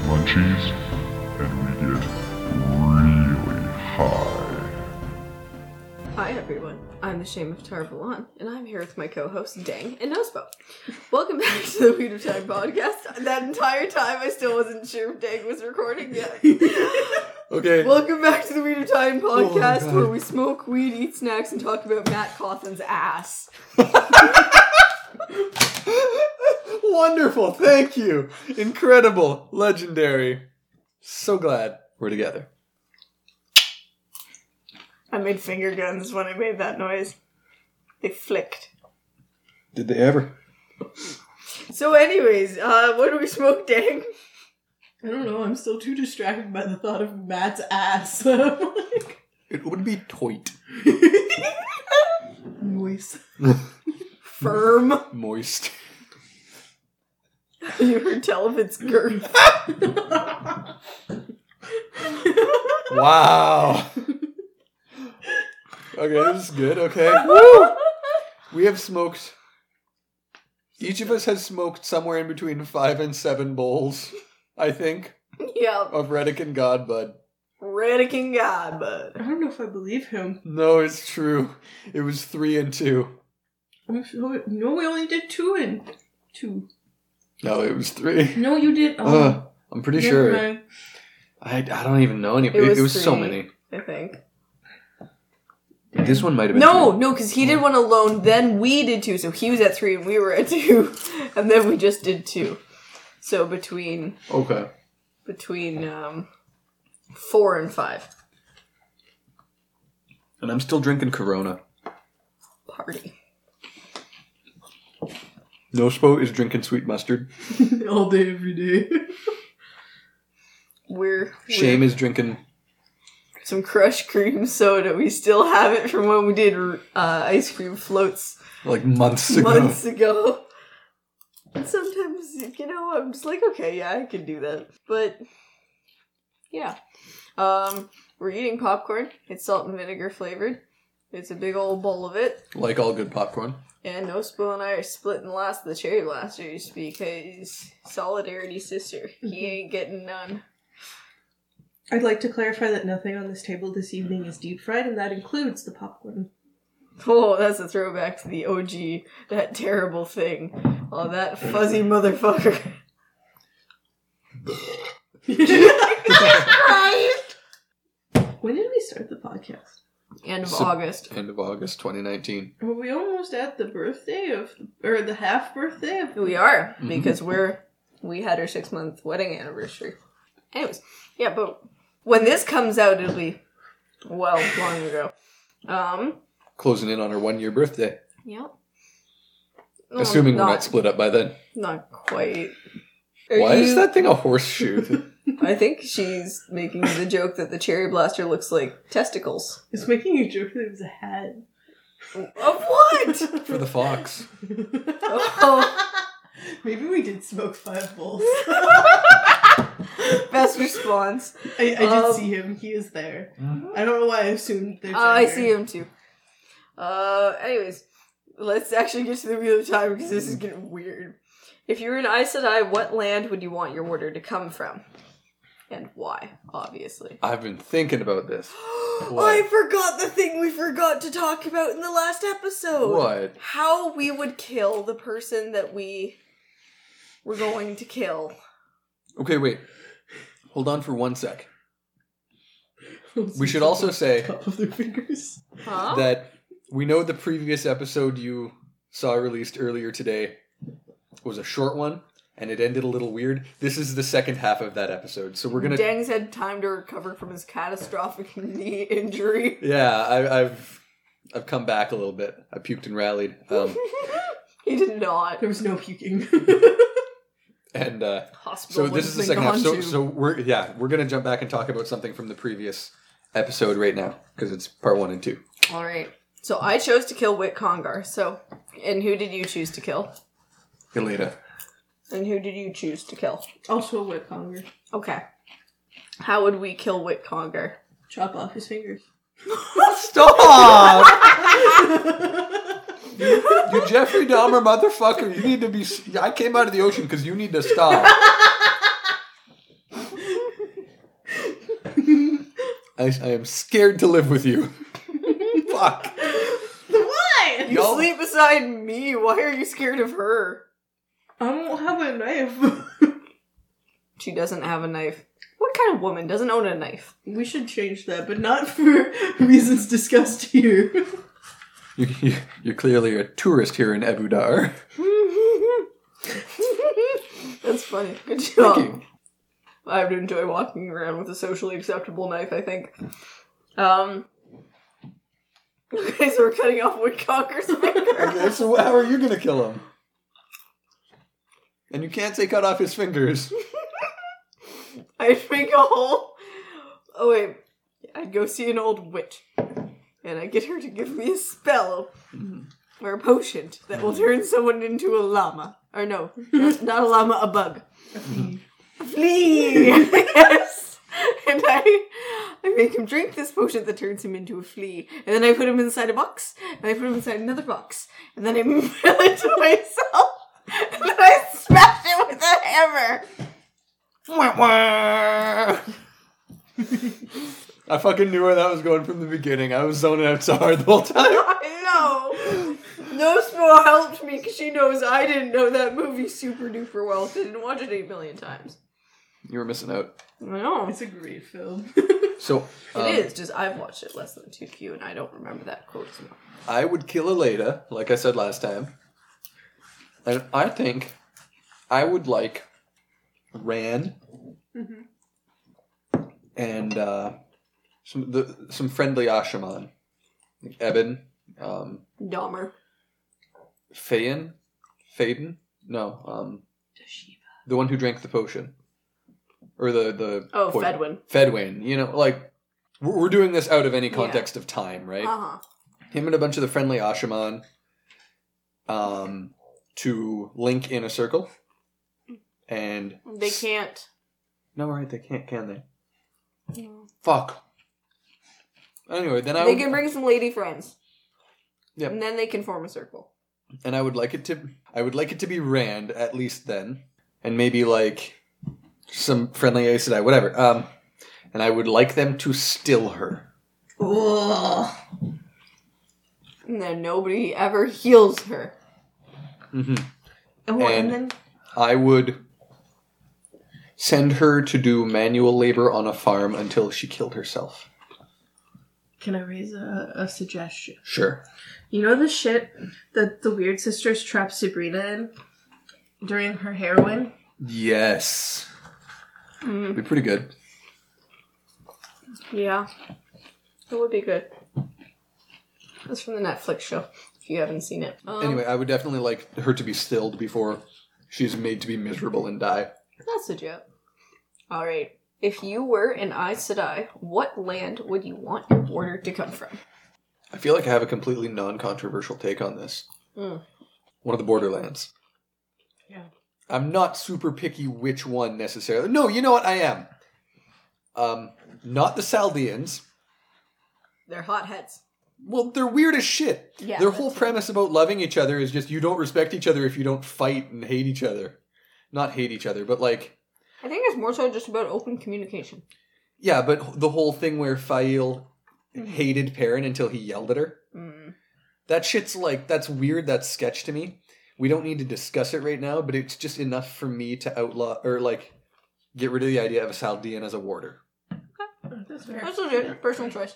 80s, and we get really high. Hi everyone, I'm the Shame of Tarvalon, and I'm here with my co-hosts Dang and Nosebo. Welcome back to the Weed of Time podcast. That entire time I still wasn't sure if Dang was recording yet. Okay. Oh Welcome back to the Weed of Time podcast, God. where we smoke weed, eat snacks, and talk about Matt Cawthon's ass. Wonderful. Thank you. Incredible. Legendary. So glad we're together. I made finger guns when I made that noise. They flicked. Did they ever? So anyways, uh, what do we smoke, Dang? I don't know. I'm still too distracted by the thought of Matt's ass. Oh I'm like, It would be toit. noise. Firm. Moist. you can tell if it's girth. Wow. okay, this is good. Okay. Woo! We have smoked. Each of us has smoked somewhere in between five and seven bowls, I think, yeah, of Reddick and Godbud. Radican God, bud. I don't know if I believe him. No, it's true. It was three and two. I'm so- No, we only did two and two. No, it was three. No, you did. Oh, Uh, I'm pretty never sure. mind. I, I don't even know any. It, It was it was so three. many. I think. This one might have been. No, three. no, because he did one alone, then we did two, so he was at three and we were at two, and then we just did two. So between Okay. between um, four and five, And I'm still drinking Corona. party. Nospo is drinking sweet mustard. All day, every day. We're Shame we're- is drinking. some crushed cream soda. We still have it from when we did uh, ice cream floats Like months ago. months ago. And sometimes, you know, I'm just like, okay, yeah, I can do that. But yeah. Um, we're eating popcorn. It's salt and vinegar flavored. It's a big old bowl of it. Like all good popcorn. And Nospo and I are splitting the last of the cherry blasters because solidarity sister. He ain't getting none. I'd like to clarify that nothing on this table this evening is deep fried, and that includes the popcorn. Oh, that's a throwback to the OG. That terrible thing. Oh, that fuzzy motherfucker. When did we start the podcast? End of So- August. End of August 2019. Were we almost at the birthday of, or the half birthday of? We are Mhm. because we're we had our six month wedding anniversary. Anyways, yeah, but when this comes out, it'll be well long ago. Um, Closing in on her one year birthday. yeah. Assuming Oh, not, we're not split up by then. not quite. Are Why is you- that thing a horseshoe? I think she's making the joke that the cherry blaster looks like testicles. It's making a joke that it was a hat. Of what? For the fox. Oh. Maybe we did smoke five bowls. Best response. I, I did Um, see him. He is there. I don't know why I assumed there's. Oh, I see him too. Uh, anyways, let's actually get to the wheel of time because this is getting weird. If you were an Aes Sedai, what land would you want your order to come from? And why, obviously. I've been thinking about this. I forgot the thing we forgot to talk about in the last episode. What? How we would kill the person that we were going to kill. Okay, wait. Hold on for one sec. We should also say Top of their fingers. Huh? that we know the previous episode you saw released earlier today was a short one and it ended a little weird. This is the second half of that episode. So we're going to Dang's had time to recover from his catastrophic knee injury. Yeah, I I've I've come back a little bit. I puked and rallied. Um he did not. There was no puking. and uh Hospital. so this is the second half. So so we're yeah, we're going to jump back and talk about something from the previous episode right now because it's part 1 and 2. all right. So I chose to kill Wit Congar. So, and who did you choose to kill? Elena. And who did you choose to kill? also, a wet conger. Okay. How would we kill Wit Conger? Chop off his fingers. Stop! You Jeffrey Dahmer motherfucker, you need to be. I came out of the ocean because you need to stop. I, I am scared to live with you. Fuck. Why? You Y'all- sleep beside me. Why are you scared of her? I don't have a knife. She doesn't have a knife. What kind of woman doesn't own a knife? we should change that, but not for reasons discussed here. You, you, you're clearly a tourist here in Abu Dar. That's funny. Good job. Thank you. I would enjoy walking around with a socially acceptable knife, I think. Um. Okay, so we're cutting off Woodcocker's finger. Okay, so how are you gonna kill him? And you can't say cut off his fingers. I'd make a hole. Oh, wait. I'd go see an old witch. And I'd get her to give me a spell or a potion that will turn someone into a llama. Or no, not not a llama, a bug. A flea! yes! And I, I make him drink this potion that turns him into a flea. And then I put him inside a box. And I put him inside another box. And then I mail it to myself. And then I smash it with a hammer. I fucking knew where that was going from the beginning. I was zoning out so hard the whole time. I know. Nosmo helped me because she knows I didn't know that movie super duper well. 'cause I didn't watch it eight million times. You were missing out. I know. It's a great film. So um, it is just I've watched it less than two Q, and I don't remember that quote as well. I would kill Elena, like I said last time. And I think I would like Ran Mhm. and uh, some the, some friendly Ashaman. Like Eben, um, Dahmer. Fayin, Faden? No, um, the one who drank the potion. Or the, the Oh, poison. Fedwin. Fedwin, you know, like we're we're doing this out of any context of time, right? Uh huh. Him and a bunch of the friendly Ashaman um, to link in a circle, and They can't. no, right? They can't, can they? No. Fuck. Anyway, then I They would, can bring some lady friends. Yep. And then they can form a circle. and I would like it to I would like it to be Rand at least then, and maybe like some friendly Aes Sedai, whatever. Um, and I would like them to still her. Oh. And then nobody ever heals her. Mm-hmm. Oh, And- and then I would send her to do manual labor on a farm until she killed herself. can I raise a, a suggestion? Sure. You know the shit that the weird sisters trapped Sabrina in during her heroin? Yes. Be pretty good. Yeah. It would be good. That's from the Netflix show, if you haven't seen it. Um, Anyway, I would definitely like her to be stilled before she's made to be miserable and die. That's a joke. All right. If you were an Aes Sedai, what land would you want your order to come from? I feel like I have a completely non controversial take on this. Mm. One of the borderlands. Yeah. I'm not super picky which one necessarily. No, you know what? I am. Um, not the Saldians. They're hotheads. Well, they're weird as shit. Yeah, Their that's whole true. premise about loving each other is just you don't respect each other if you don't fight and hate each other. Not hate each other, but like, I think it's more so just about open communication. yeah, but the whole thing where Fail hated Perrin until he yelled at her. Mm. That shit's like, that's weird, that's sketch to me. We don't need to discuss it right now, but it's just enough for me to outlaw or like get rid of the idea of a Saldean as a warder. That's fair. That's legit. Personal choice.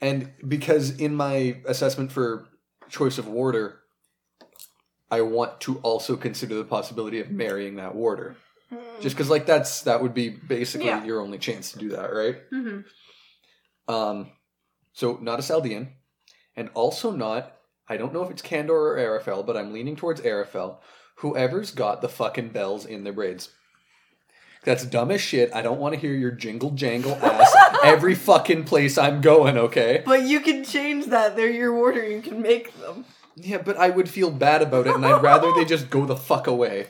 And because in my assessment for choice of warder, I want to also consider the possibility of marrying that warder. Hmm. Just because, like, that's that would be basically Yeah. your only chance to do that, right? Hmm. Mm-hmm. Um, so not a Saldean, and also not. I don't know if it's Candor or Arafel, but I'm leaning towards Arafel. Whoever's got the fucking bells in their braids. That's dumb as shit. I don't want to hear your jingle jangle ass every fucking place I'm going, okay? But you can change that. They're your order. You can make them. Yeah, but I would feel bad about it, and I'd rather they just go the fuck away.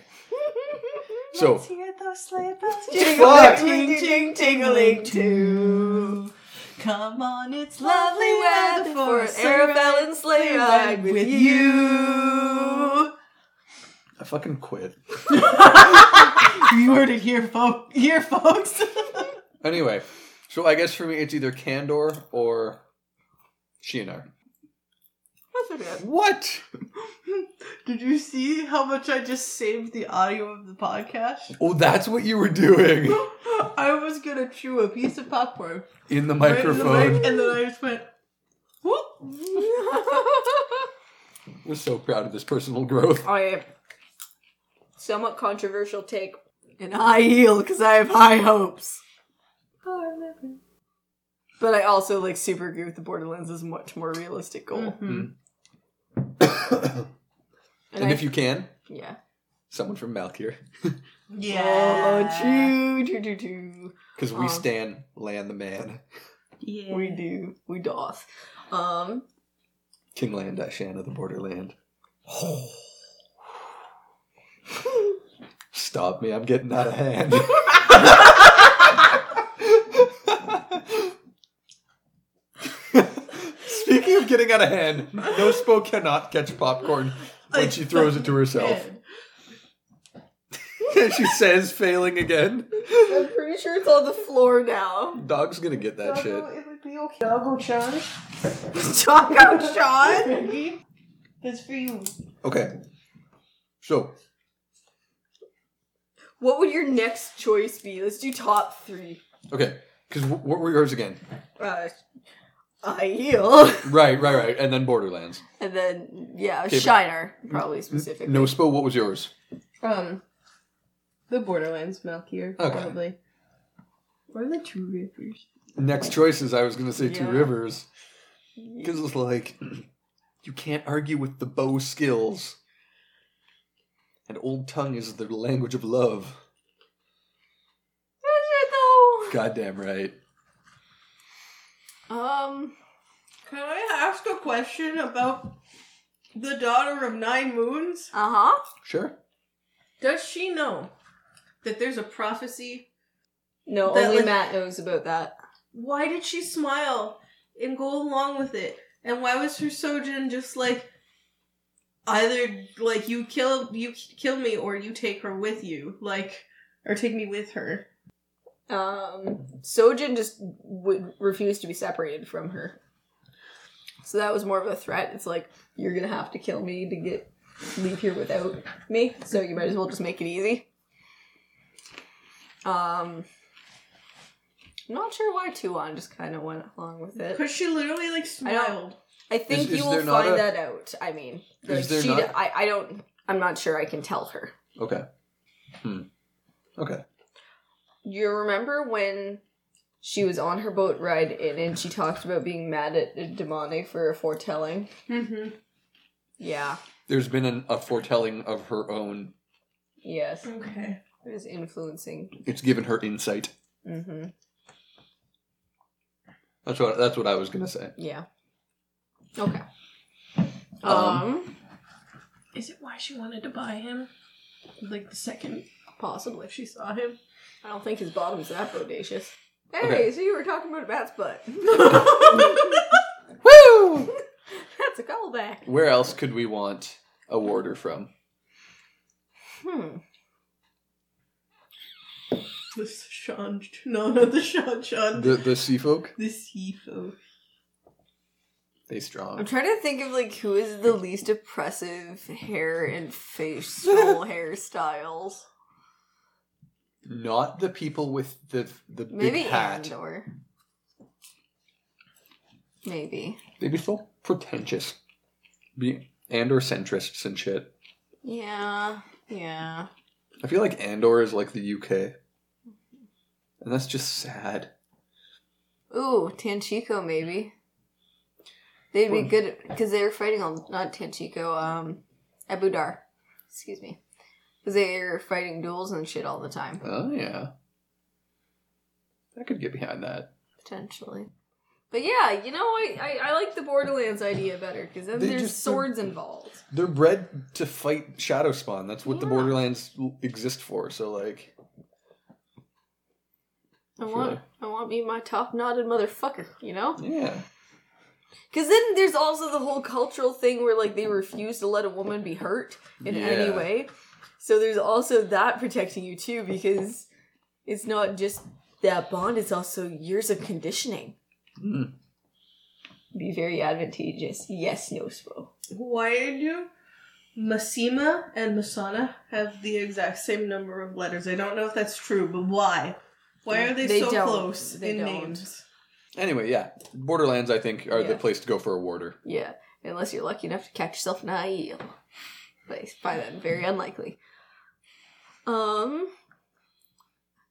So, hear those sleigh bells Fuck. ting, ting, tingling too. Come on, it's Lovely weather for an Arabelle and sleigh ride with you. I fucking quit. You heard it here, folks. Here, folks. Anyway, So I guess for me, it's either Candor or Shinar. I forget. What? Did you see how much I just saved the audio of the podcast? Oh, that's what you were doing I was gonna chew a piece of popcorn in the right in the microphone. mic, and then I just went, whoop. I was so proud of this personal growth. I somewhat controversial take and high heel because I have high hopes. But I also like super agree with the Borderlands is a much more realistic goal. Mm. Mhm. and And, I, if you can, yeah. someone from Malkier, Oh, choo, choo, choo, choo. because we Um. stand land the man, Yeah. We do. We doth. Um, King Land Shan of the Borderland. Stop me! I'm getting out of hand. Speaking of getting out of hand, Nospo cannot catch popcorn when she throws it to herself. she says, failing again. I'm pretty sure it's on the floor now. Dog's gonna get that shit. It would be okay. Doggo Chan. Taco Sean! That's for you. Okay. So, What would your next choice be? Let's do top three. okay. Because w- what were yours again? Uh, high heel. Right, right, right. And then Borderlands. And then, yeah, Okay, but- Shiner, probably specifically. No Spo, what was yours? Um, the Borderlands Malkier, Okay. probably. Or the Two Rivers. Next choices, I was going to say Two Yeah. Rivers. Because it's like, you can't argue with the bow skills. And Old Tongue is the language of love. Is it Goddamn right. though? Um, Can I ask a question about the daughter of nine moons? uh huh. Sure. Does she know that there's a prophecy? No, That, only like- Matt knows about that. Why did she smile and go along with it? And why was her Sojin just like either like you kill you kill me or you take her with you, like or take me with her? Um, Sojin just would refuse to be separated from her. So that was more of a threat. It's like you're gonna have to kill me to get leave here without me. So you might as well just make it easy. Um, I'm not sure why Tuan just kind of went along with it. Because she literally I like don't- smiled. I think Is- is you there will not find a- that out. I mean, like, Is there she. not- d I I don't. I'm not sure. I can tell her. Okay. Hmm. Okay. You remember when she was on her boat ride in, and she talked about being mad at Demane for foretelling? Mm-hmm. Yeah. There's been an, a foretelling of her own. Yes. Okay. It is influencing. It's given her insight. Mm-hmm. That's what that's what I was gonna say. Yeah. Okay. Um. Um, Is it why she wanted to buy him? Like the second possibly. she saw him. I don't think his bottom's that bodacious. Hey, Okay. so you were talking about a bat's butt. Woo! That's a callback. Where else could we want a warder from? Hmm. The Sean, no, not the Sean Sean. The the sea folk? The Sifo. They I'm strong. trying to think of like who is the least oppressive hair and facial hairstyles. Not the people with the the Maybe big hat. Andor. Maybe. They'd be so pretentious. Be Andor centrists and shit. Yeah. Yeah. I feel like Andor is like the UK. And that's just sad. Ooh, Tanchico maybe. They'd be Well- good because they were fighting on not Tanchico, um, Abu Dar. Excuse me, because they were fighting duels and shit all the time Oh yeah. I could get behind that. potentially. But yeah, you know, I I, I like the Borderlands idea better because then They there's just- swords involved. They're bred to fight shadow spawn. That's what the Yeah. Borderlands l- exist for. So like I want I want me my top knotted motherfucker, you know. yeah. Because then there's also the whole cultural thing where like they refuse to let a woman be hurt in any Yeah. way. So there's also that protecting you too because it's not just that bond is also years of conditioning. Mm. Be very advantageous. Yes, Nospo. Why did you? Massima and Masana have the exact same number of letters. I don't know if that's true, but why? Why are they, They so don't. close They in don't. names? Anyway, yeah, Borderlands I think are the Yeah. place to go for a warder. Yeah, unless you're lucky enough to catch yourself an IEL. But I find that very unlikely. Um,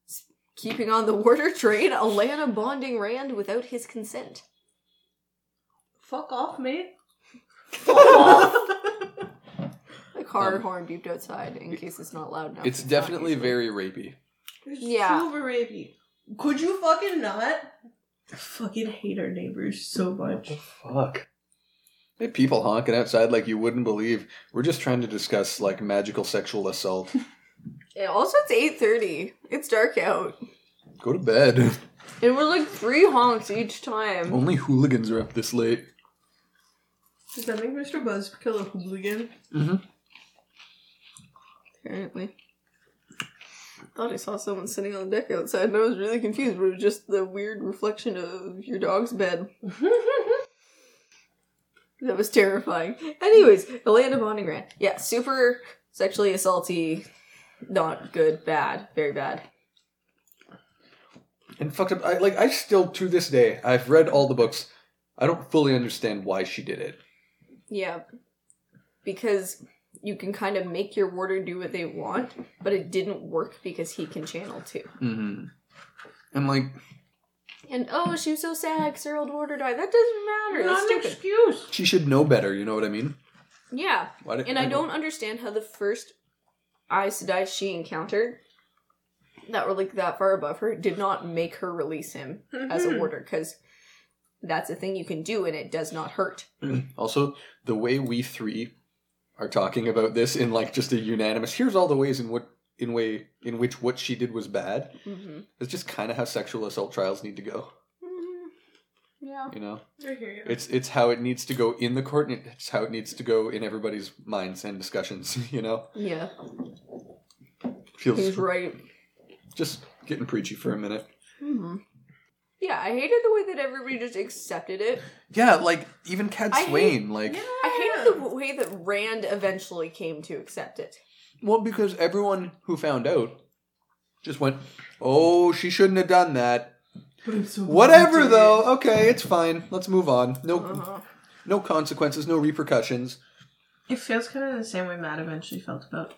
s- keeping on the warder train, Alana bonding Rand without his consent. Fuck off, mate. The car Um, horn beeped outside in case it's not loud enough. It's not definitely usually- very rapey. It's Yeah. Silver Raby. Could you fucking not? I fucking hate our neighbors so much. fuck? Hey, people honking outside like you wouldn't believe. We're just trying to discuss like magical sexual assault. And also, it's eight thirty. It's dark out, go to bed. and we're like three honks each time. Only hooligans are up this late. Does that make Mr. Buzzkill a hooligan? Apparently, thought I saw someone sitting on the deck outside, and I was really confused. But it was just the weird reflection of your dog's bed. That was terrifying. Anyways, Elena Bonnie Grant. Yeah, super sexually assaulty. Not good. Bad. Very bad. And fucked up. I, like I still to this day, I've read all the books. I don't fully understand why she did it. Yeah. Because you can kind of make your warder do what they want, but it didn't work because he can channel too. Mm-hmm. And like And oh, she was so sad because her old warder died. That doesn't matter. That's Not an stupid. excuse. she should know better. You know what I mean? Yeah. Why did, And I don't understand how the first Aes Sedai she encountered that were like that far above her did not make her release him as a Mhm. warder because that's a thing you can do and it does not hurt. Also, the way we three are talking about this in like just a unanimous. Here's all the ways in what in way in which what she did was bad. Mm-hmm. It's just kind of how sexual assault trials need to go. Mm-hmm. Yeah. You know, I hear you. it's it's how it needs to go in the court. And it's how it needs to go in everybody's minds and discussions. You know, Yeah. feels He's right. just getting preachy for a minute. hmm Yeah, I hated the way that everybody just accepted it. Yeah, like even Cad I hate- Swain, like I hated the way that Rand eventually came to accept it. well because everyone who found out just went, "Oh, she shouldn't have done that." But I'm so glad you Whatever did. though. Okay, it's fine. Let's move on. No Uh-huh. no consequences, no repercussions. It feels kind of the same way Matt eventually felt about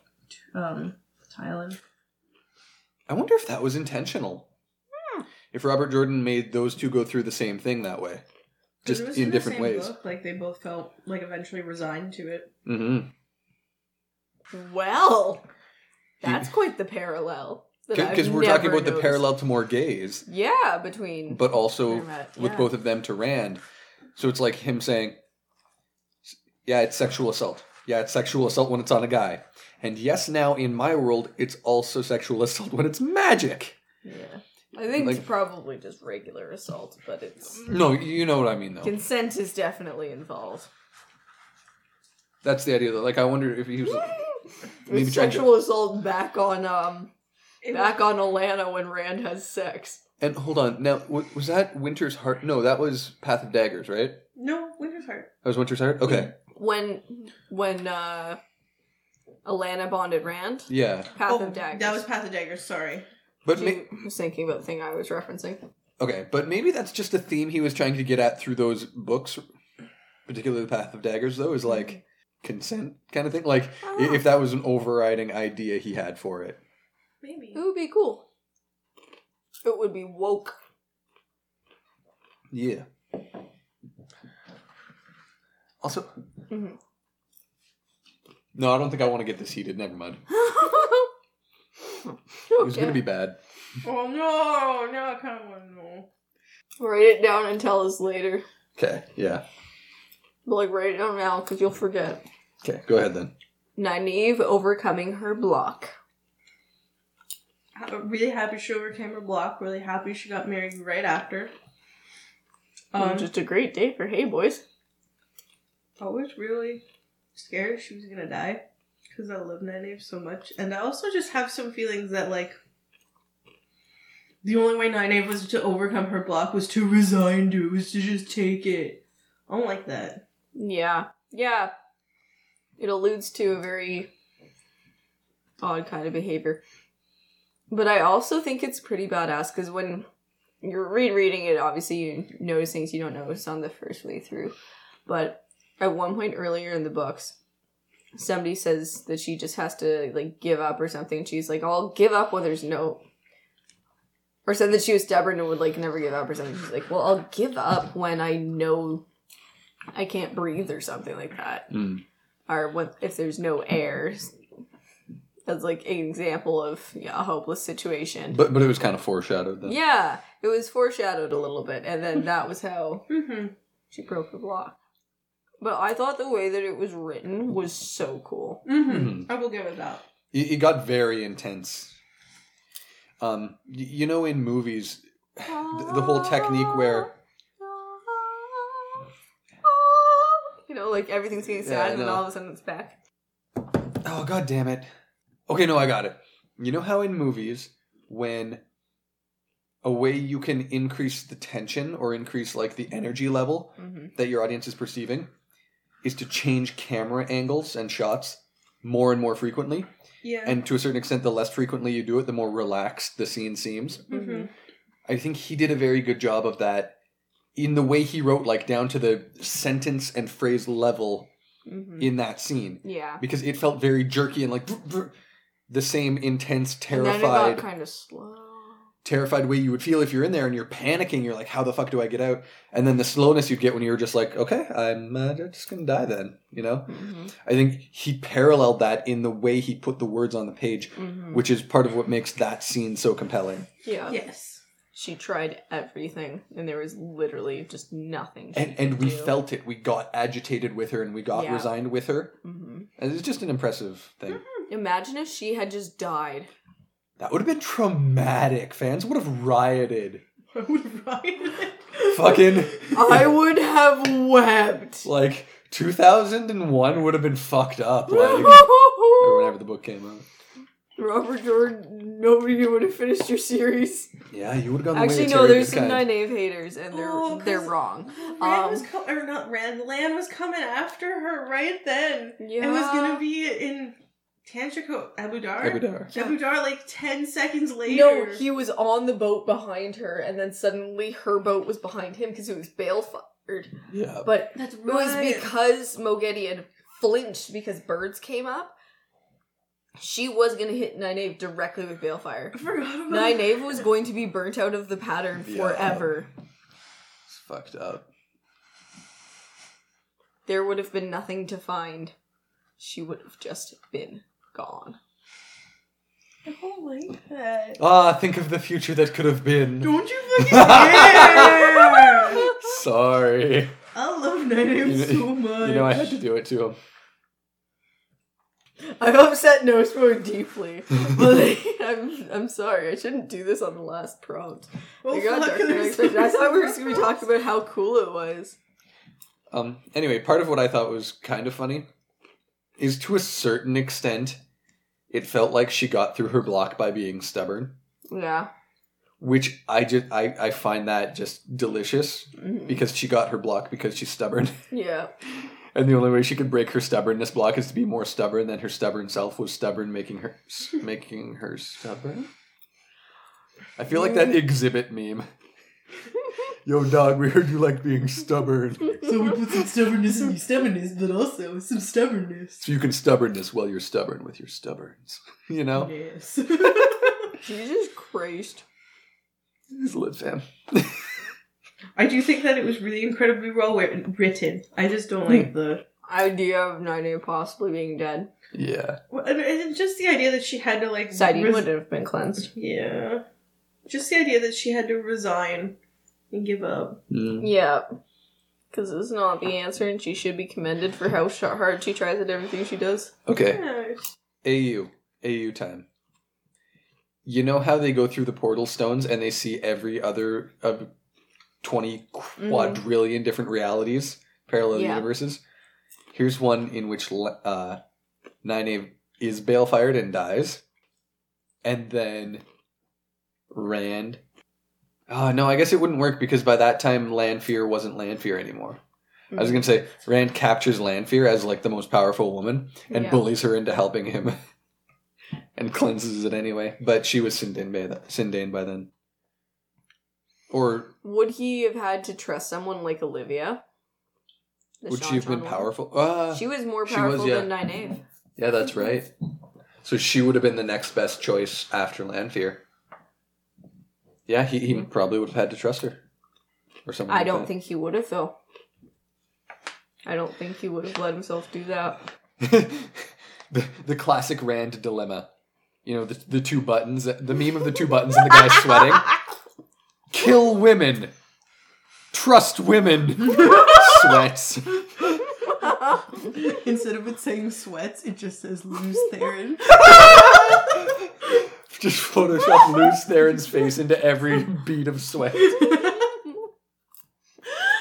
um, Thailand. I wonder if that was intentional. Hmm. If Robert Jordan made those two go through the same thing that way, just in different ways. like they both felt like eventually resigned to it. hmm Well, that's quite the parallel. that I've Because we're talking never about the noticed. parallel to more gays, Yeah, between but also Matt, with yeah. both of them to Rand. So it's like him saying, "Yeah, it's sexual assault. Yeah, it's sexual assault when it's on a guy." And yes, now in my world, it's also sexual assault when it's magic. yeah. I think Like- it's probably just regular assault, but it's No, you know what I mean, though. consent is definitely involved. That's the idea. Though. Like, I wonder if he was. Hmm. Maybe It's try to- sexual assault back on um back on Alana when Rand has sex. And hold on. Now, wa- was that Winter's Heart? No, that was Path of Daggers, right? no, Winter's Heart. That was Winter's Heart? Okay. When when uh Alana bonded Rand, Yeah. Path oh, of Daggers. That was Path of Daggers. Sorry. But ma- She was thinking about the thing I was referencing. okay, but maybe that's just a theme he was trying to get at through those books, particularly the Path of Daggers though, is like consent kind of thing. Like i- if that was an overriding idea he had for it. Maybe. It would be cool. It would be woke. Yeah. Also, Mhm. no, I don't think I want to get this heated. Never mind. It was Okay. going to be bad. Oh no, no, I kind of want to know. Write it down and tell us later. Okay. Yeah. But like write it down now because you'll forget. Okay. Go ahead then. Nynaeve overcoming her block. Ha- Really happy she overcame her block. Really happy she got married right after. Um, just a great day for Hey Boys. I was really scared she was gonna die because I love Nynaeve so much, and I also just have some feelings that like The only way Nynaeve was to overcome her block was to resign to it, was to just take it. I don't like that. Yeah. Yeah. It alludes to a very odd kind of behavior. But I also think it's pretty badass because when you're rereading it, obviously you notice things you don't notice on the first way through. But at one point earlier in the books, somebody says that she just has to like give up or something. She's like, I'll give up when there's no. Or said that she was stubborn and would like never give up or something. She's like, well, I'll give up when I know I can't breathe or something like that Mm. or what if there's no air as like an example of yeah, a hopeless situation But but it was kind of foreshadowed. Then. yeah it was foreshadowed a little bit and then that was how Mm-hmm. she broke the block but i thought the way that it was written was so cool Mm-hmm. Mhm. I will give it that. It, it got very intense. Um, y- you know, in movies, the, the whole technique where you know like everything's getting sad Yeah, I and then know. all of a sudden it's back Oh god damn it. Okay, no, I got it. You know how in movies when a way you can increase the tension or increase like the energy level mm-hmm. that your audience is perceiving is to change camera angles and shots more and more frequently Yeah. and to a certain extent the less frequently you do it the more relaxed the scene seems mm-hmm. i think he did a very good job of that in the way he wrote like down to the sentence and phrase level Mm-hmm. in that scene yeah because it felt very jerky and like brr, brr, the same intense, and then it terrified, got kind of slow terrified way you would feel if you're in there and you're panicking. You're like, "How the fuck do I get out?" And then the slowness you'd get when you were just like, "Okay, I'm uh, just gonna die." Then you know, mm-hmm. I think he paralleled that in the way he put the words on the page, Mm-hmm. which is part of what makes that scene so compelling. Yeah. Yes. She tried everything and there was literally just nothing. And and we felt it. We got agitated with her and we got Yeah. resigned with her. hmm And It's just an impressive thing. Mm-hmm. Imagine if she had just died. That would have been traumatic. Fans would have rioted. I would ride Fucking. I would have wept. like 2001 would have been fucked up like or whenever the book came out Robert Jordan, nobody would have finished your series. yeah you would have gone Actually, the way no, of Terry there's some Goodkind. Nynaeve haters and they're Oh, 'cause- they're wrong. Rand Um, was co- or not Rand. Lan was coming after her right then. Yeah. It was gonna be in Tantrico Abu Dar. Abu Dhar. Abu Dhar, like ten seconds later. No, he was on the boat behind her, and then suddenly her boat was behind him because it was balefired. yeah But That's right. It was because Mogedi had flinched because birds came up. She was going to hit Nynaeve directly with Balefire. I forgot about Nynaeve was going to be burnt out of the pattern Yeah. forever. it's fucked up There would have been nothing to find. She would have just been gone. I don't like that. ah think of the future that could have been Don't you fucking dare! sorry I love Nynaeve You know- so much. you know i had to do it to him I've upset Nosmo deeply. but like, I'm, I'm sorry. I shouldn't do this on the last prompt. Well, I, got fuck, darker than there's- expected. I thought we were just going to be talking about how cool it was. um anyway part of what i thought was kind of funny is to a certain extent it felt like she got through her block by being stubborn Yeah. which i just i, I find that just delicious Mhm. because she got her block because she's stubborn Yeah. And the only way she could break her stubbornness block is to be more stubborn than her stubborn self was stubborn, making her making her stubborn. I feel like that exhibit meme. Yo, dog, we heard you like being stubborn, So we put some stubbornness in your stubbornness, but also some stubbornness. so you can stubbornness while you're stubborn with your stubborns. You know, Yes. Jesus Christ. he's lit fam. I do think that it was really incredibly well wi- written. I just Hmm. don't like the. idea of Nine possibly being dead. Yeah, Well, and- and just the idea that she had to like. Siding res- wouldn't have been cleansed. Yeah. Just the idea that she had to resign and give up. Mm. Yeah. Because it's not the answer, and she should be commended for how sh- hard she tries at everything she does. Okay, Yes. AU AU time. You know how they go through the portal stones and they see every other of twenty quadrillion different realities, parallel Yeah. universes. Here's one in which uh, Nynaeve is balefired and dies, and then Rand Oh, no, I guess it wouldn't work because by that time, Lanfear wasn't Lanfear anymore. I Mm. was going to say, Rand captures Lanfear as like the most powerful woman and Yeah. bullies her into helping him and cleanses it anyway. But she was Sindane by, th- Sindane by then. Or Would he have had to trust someone like Olivia? The would she have been Shantan woman? powerful? Uh, She was more She was, powerful yeah. than Nine Ave. yeah, that's right. So she would have been the next best choice after Lanfear. Yeah, he, he probably would have had to trust her. Or something Hmm. I like don't that. think he would have though. I don't think he would have let himself do that. the, the classic Rand dilemma. You know, the, the two buttons, the meme of the two buttons and the guy sweating. Kill women. Trust women. Sweats. Instead of it saying sweats, it just says lose Theron. Just Photoshop Luce Theron's face into every bead of sweat.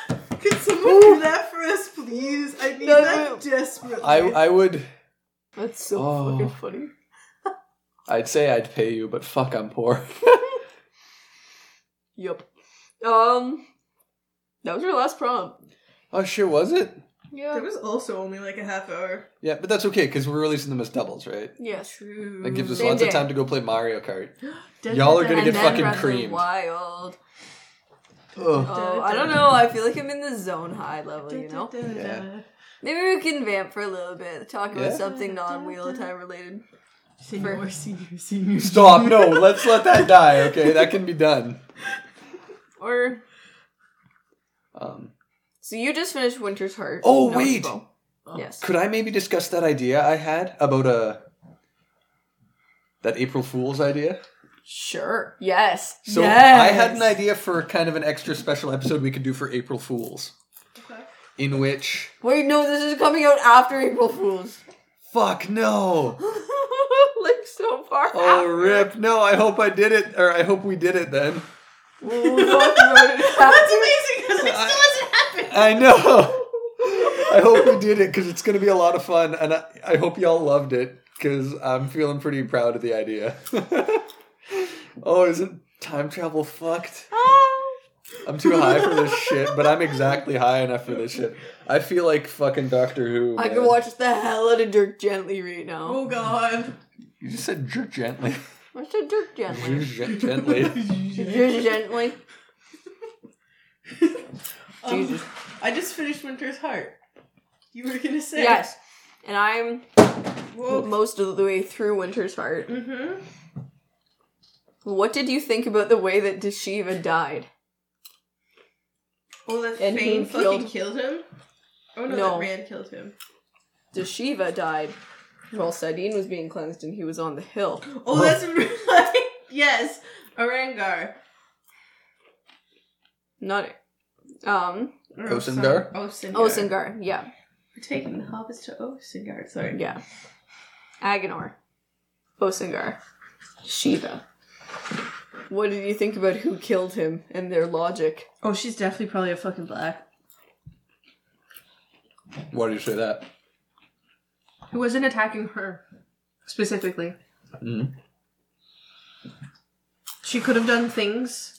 Could someone do that for us, please? I need No, that no. desperately. I, I would, That's so Oh. fucking funny. I'd say I'd pay you, but fuck, I'm poor. Yup. Um, that was your last prompt. oh shit, was it? Yeah. there was also only like a half hour. Yeah, but that's okay because we're releasing them as doubles, right? yes. True. That gives us Same lots day. of time to go play Mario Kart. Dun, y'all are dun, gonna dun, get then fucking Breath of the creamed. Wild. Ugh. Oh, I don't know. I feel like I'm in the zone high level, you know? dun, dun, Yeah. dun. Maybe we can vamp for a little bit, talk about Yeah. something non Wheel of Time related. Senior, senior, senior. Stop! No, let's let that die. Okay, that can be done. Or, Um, so you just finished Winter's Heart. Oh, No, wait! Oh, Expo. Yes. could I maybe discuss that idea I had about a that April Fool's idea? Sure. Yes. So yes. I had an idea for kind of an extra special episode we could do for April Fools, Okay. in which Wait, no, this is coming out after April Fool's. fuck no, like, so far. oh after. rip, no. I hope I did it, or I hope we did it then. We'll talk about it That's after. amazing because it I- still hasn't happened. I know. I hope we did it because it's going to be a lot of fun, and I, I hope y'all loved it because I'm feeling pretty proud of the idea. oh, isn't time travel fucked? Oh. I'm too high for this shit, but I'm exactly high enough for this shit. I feel like fucking Doctor Who. I man. could watch the hell out of Dirk Gently right now. Oh god. You just said jerk gently. I said Dirk Jerk Gently. gen- gently. Dirk Gently. Um, Jesus. I just finished Winter's Heart. You were gonna say Yes. And I'm Whoa. most of the way through Winter's Heart. Mm-hmm. What did you think about the way that Deshiva died? Oh, that And Fane who fucking killed- killed him. Oh no, No. that Rand killed him. Deshiva died while Sadine was being cleansed and he was on the hill. Oh, that's right. yes, Arangar. Not um Or Osingar? Oh, Osingar. Osengar, yeah. We're taking the hobbits to Osingar. Sorry. Yeah. Agenor. Osengar. Shiva. What did you think about who killed him and their logic? Oh, she's definitely probably a fucking black. Why do you say that? It wasn't attacking her specifically. Mhm. She could have done things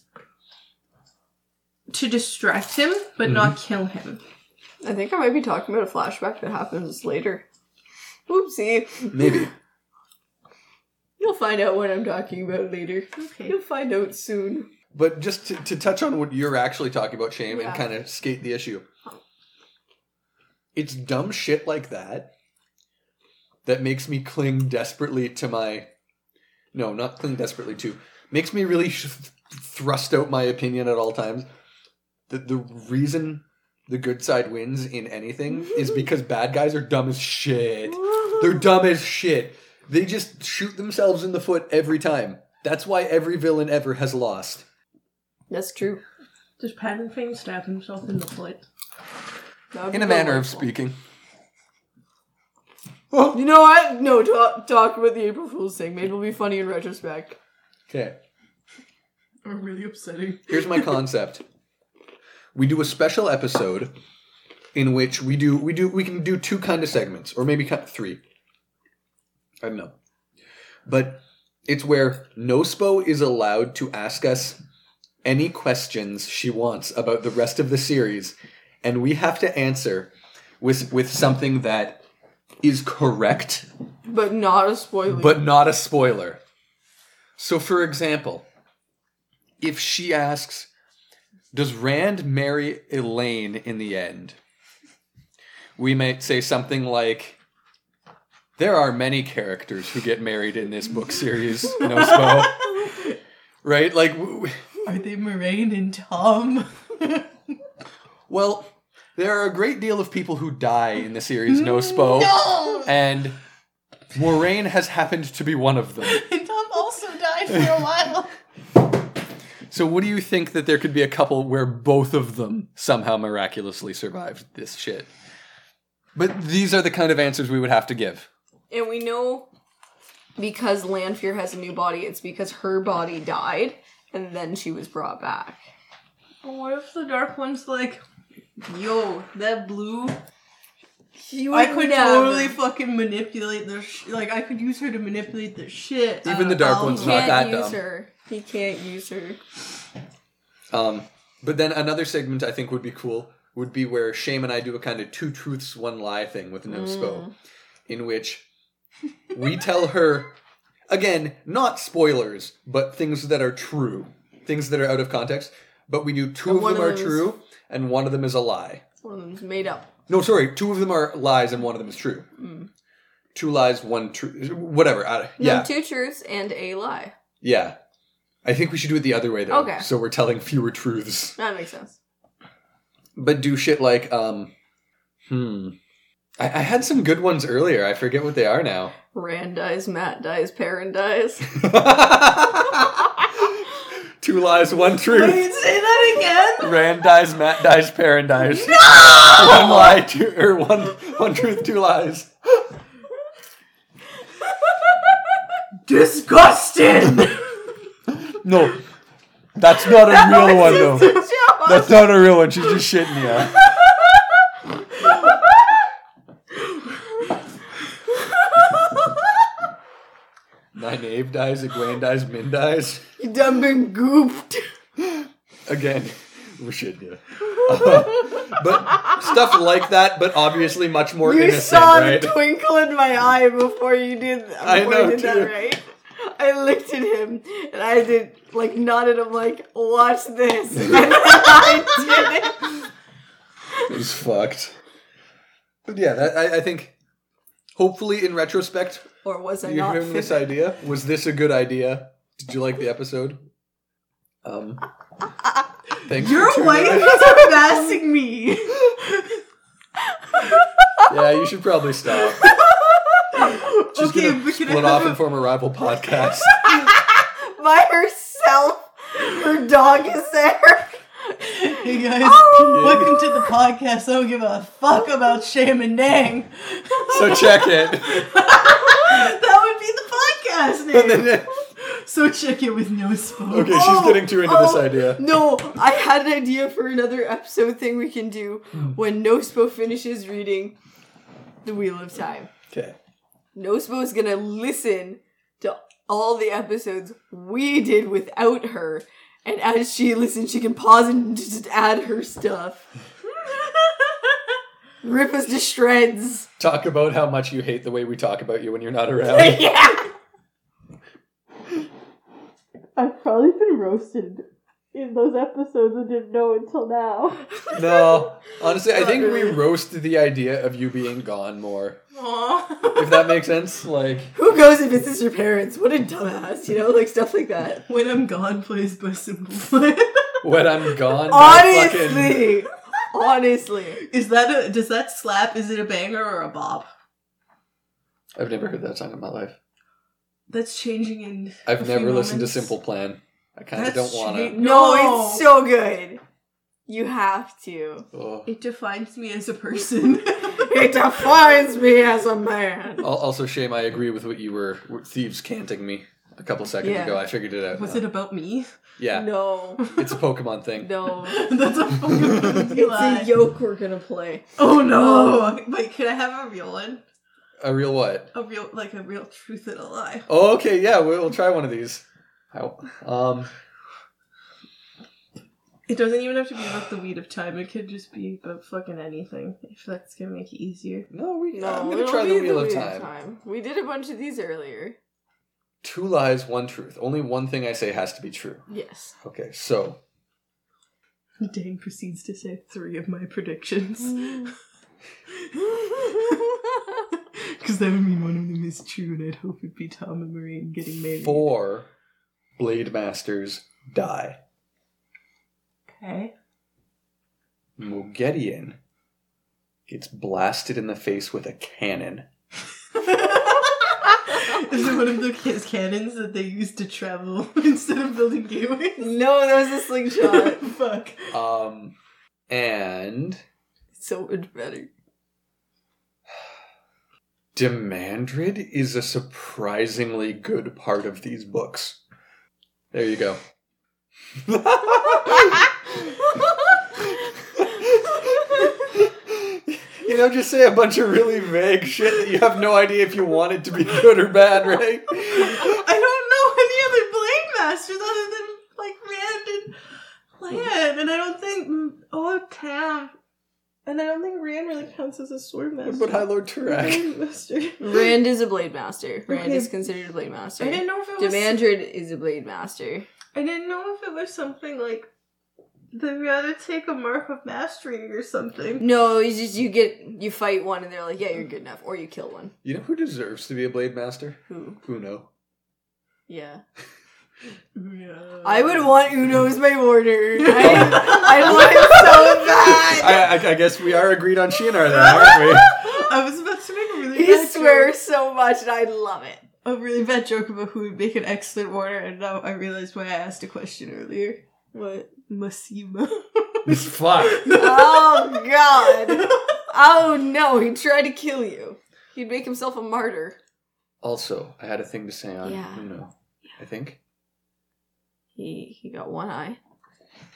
to distract him, but not kill him. I think I might be talking about a flashback that happens later. Oopsie. Maybe. You'll find out what I'm talking about later. Okay. You'll find out soon. But just to, to touch on what you're actually talking about, Shane, Yeah. and kind of skate the issue. It's dumb shit like that that makes me cling desperately to my. No, not cling desperately to. Makes me really sh- thrust out my opinion at all times. That the reason the good side wins in anything is because bad guys are dumb as shit. They're dumb as shit. They just shoot themselves in the foot every time. That's why every villain ever has lost. That's true. Does Patton Fane stab himself in the foot? That would in be a manner of delightful. speaking. You know what? No, talk, talk about the April Fool's thing. Maybe it'll be funny in retrospect. Okay, Or really upsetting. here's my concept. we do a special episode in which we do we do we can do two kind of segments or maybe kind of three. I don't know. But it's where Nospo is allowed to ask us any questions she wants about the rest of the series, and we have to answer with with something that is correct But not a spoiler. but not a spoiler. So, for example, if she asks, Does Rand marry Elaine in the end? We might say something like, There are many characters who get married in this book series, Nospo. right? Like, w- w- Are they Moraine and Tom? well, there are a great deal of people who die in the series, Nospo. Oh. No! And Moraine has happened to be one of them. And Tom also died for a while. So, what do you think that there could be a couple where both of them somehow miraculously survived this shit? But these are the kind of answers we would have to give. and we know because Lanfear has a new body, it's because her body died and then she was brought back. What if the Dark One's like, yo, that blue? You I could never- totally fucking manipulate the sh- like I could use her to manipulate the shit. Even out the of Dark all One's of He not them. can't that use dumb. her. He can't use her. Um, but then another segment I think would be cool would be where Shame and I do a kind of two truths, one lie thing with No Mm. Spo, in which we tell her, again, not spoilers, but things that are true, things that are out of context, but we do two And of one them of are them is- true and one of them is a lie. One of them's made up. No, sorry. Two of them are lies and one of them is true. Mm. Two lies, one true. Whatever. I, No, yeah. two truths and a lie. yeah. I think we should do it the other way, though. Okay. So we're telling fewer truths. That makes sense. But do shit like, um, hmm. I, I had some good ones earlier. I forget what they are now. Rand dies, Matt dies, Perrin dies. Two lies, one truth. Wait, say that again. Rand dies, Matt dies, Perrin dies. One lie, two, or one, one truth, two lies. Disgusting. No, that's not a real one, though. Joe! That's not a real one. She's just shitting you. out. Nine Abe dies, Egwene dies, Min dies. You done been gooped. Again, we're shitting you. but stuff like that, but obviously much more You innocent, saw right? the twinkle in my eye before you did. Before I know, you did too. that, right? I looked at him and I did like nodded. I'm like, watch this. And I did it. It was fucked. But yeah, that, I, I think hopefully in retrospect, Or was I you not? hearing this fit- idea? Was this a good idea? Did you like the episode? Um, thanks. Your for tuning wife in. is harassing me. Yeah, you should probably stop. She's okay, gonna but can split I off have and form a rival podcast. By herself. Her dog is there. a- Hey guys, Yeah. welcome to the podcast. I don't give a fuck about Shame and Dang. so check it. that would be the podcast And name. then- uh, so check it with no spoon. okay, she's Oh, getting too into this oh, idea. No, I had an idea for another episode thing we can do when Nospo finishes reading The Wheel of Time. Okay. Nosbo is gonna listen to all the episodes we did without her, and as she listens, she can pause and just add her stuff. Rip us to shreds. Talk about how much you hate the way we talk about you when you're not around. yeah. I've probably been roasted in those episodes and didn't know until now. no. Honestly, I Not think we really. roasted the idea of you being gone more. Aw. If that makes sense, like Who goes and visits your parents? What a dumbass, you know, like stuff like that. When I'm gone, plays by Simple Plan. when I'm gone, my fucking- Honestly, honestly, Is that a, does that slap? Is it a banger or a bop? I've never heard that song in my life. That's changing in. I've a few never listened to moments. Simple Plan. I kind of That's don't want to. changing- no, No. it's so good. You have to. Oh. It defines me as a person. It defines me as a man. Al- Also, Shame, I agree with what you were what thieves canting me a couple seconds Yeah. ago. I figured it out. Was now. it about me? yeah, No, it's a Pokemon thing. no. That's a fucking lie. It's a yoke we're gonna play. Oh no! Wait, can I have a real one? A real what? A real, like a real truth and a lie. Oh, okay, yeah, we'll, we'll try one of these. How? Um, It doesn't even have to be about the weed of time. It could just be about fucking anything. If that's gonna make it easier. No, we. No, I'm gonna it'll try the be wheel of time. We did a bunch of these earlier. Two lies, one truth. Only one thing I say has to be true. Yes. Okay, so Dane proceeds to say three of my predictions. Because that would mean one of them is true, and I'd hope it'd be Tom and Marine getting married. four blade masters die. Okay. Mugedian gets blasted in the face with a cannon. is it one of the, his cannons that they used to travel instead of building gateways? no, that was a slingshot. Fuck. Um, and so much better. Demandrid is a surprisingly good part of these books. There you go. you know, just say a bunch of really vague shit that you have no idea if you want it to be good or bad, right? I don't know any other blade masters other than like Rand and Lan, and I don't think oh Tam, and I don't think Rand really counts as a sword What master. about High Lord Turak? Blade master. Rand is a blade master. Rand Okay. is considered a blade master. I didn't know if it was. Demandred is a blade master. I didn't know if it was something like they rather take a mark of mastery or something. No, you just you get you fight one and they're like, yeah, you're good enough, or you kill one. You know who deserves to be a blade master? Who? Uno. Yeah, Yeah. I would want Uno as my warder. I, I want him so bad. I, I, I guess we are agreed on Shinar then, aren't we? I was about to make a really. He bad swears so much, and I love it. joke, a really bad joke about who would make an excellent warder, and now I realized why I asked a question earlier. What? Massimo. It's fuck. Oh God! Oh no! He tried to kill you. He'd make himself a martyr. Also, I had a thing to say on Yeah. Uno. I think. He he got one eye.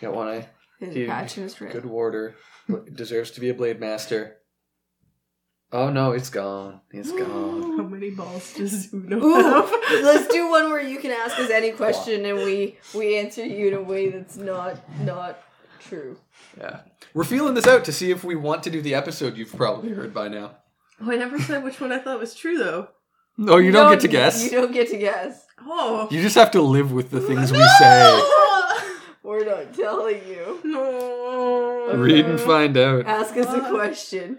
Got one eye. His Dude, patch in his wrist. Good warder. Bl- deserves to be a blade master. Oh no, it's gone. It's gone. How many balls does Uno Ooh, have? let's do one where you can ask us any question and we we answer you in a way that's not not true. Yeah. We're feeling this out to see if we want to do the episode you've probably heard by now. Oh, I never said which one I thought was true, though. No, Oh, you don't No, get to guess. You You, don't get to guess. Oh. just have to live with the things we say. We're not telling you. No. Read and find out. Ask us a What? question.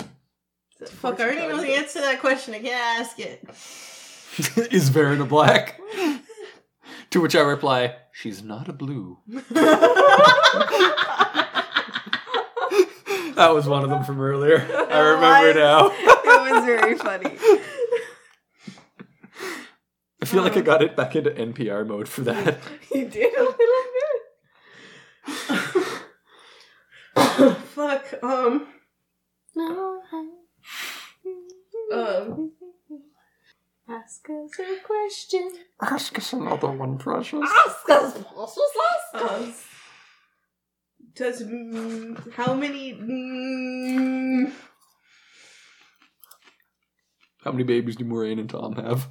Is that Fuck, I already know the answer to that question. I can't ask it. Is Verena black? to which I reply, she's not a blue. that was one of them from earlier. I remember now. it was very funny. I feel Mm. like I got it back into NPR mode for that. You did a little bit. Fuck. Um. No. Um. Ask us a question. Ask us another one, precious. Ask us, precious, ask Um, us. does mm, how many? Mm, How many babies do Moraine and Tom have?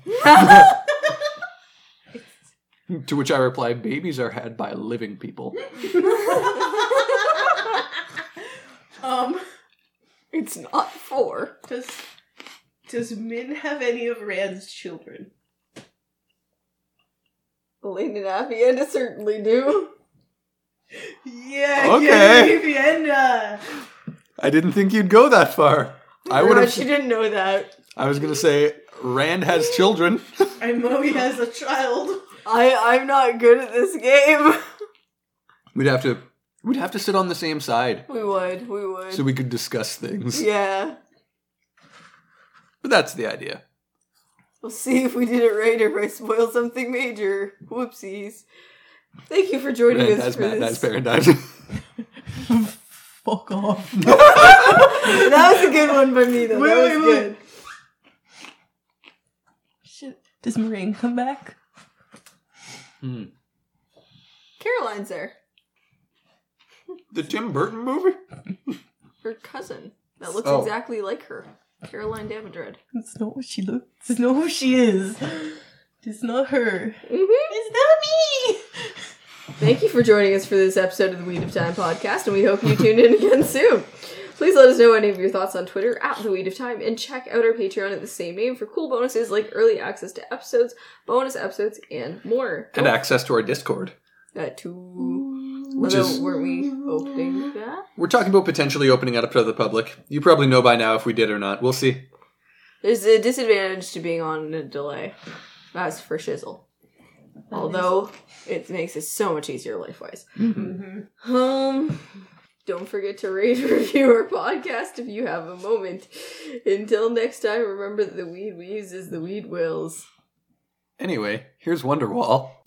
to which I reply, babies are had by living people. um. it's not four. Does Does Min have any of Rand's children? Lynn and Appiana certainly do. Yeah. uh, Okay. Kitty Vienna. I didn't think you'd go that far. I would Rod, have. She didn't know that. I was gonna say Rand has children. I know he has a child. I I'm not good at this game. We'd have to. We'd have to sit on the same side We would. We would. so we could discuss things. yeah. But that's the idea. We'll see if we did it right or if I spoil something major. Whoopsies. Thank you for joining Rand us has for Matt this. has Paradise. Fuck off. that was a good one by me though. Wait, that was wait, wait. good. Shit. Does Moraine come back? Hmm. Caroline's there. The Tim Burton movie. Her cousin. That looks Oh. exactly like her. Caroline Davendred. It's not what she looks. It's not who she is. It's not her. Mm-hmm. It's not me. Thank you for joining us for this episode of the Weed of Time podcast, and we hope you tune in again soon. Please let us know any of your thoughts on Twitter at the Weed of Time, and check out our Patreon at the same name for cool bonuses like early access to episodes, bonus episodes, and more. and access to our Discord. That too. Which Which Although, is- weren't we Mm-hmm. opening that? We're talking about potentially opening it up to the public. You probably know by now if we did or not. We'll see. There's a disadvantage to being on a delay. That's for shizzle. Although it makes it so much easier life wise. Um, don't forget to rate, review, or podcast if you have a moment. Until next time, remember that the weed we use is the weed wills. Anyway, here's Wonderwall.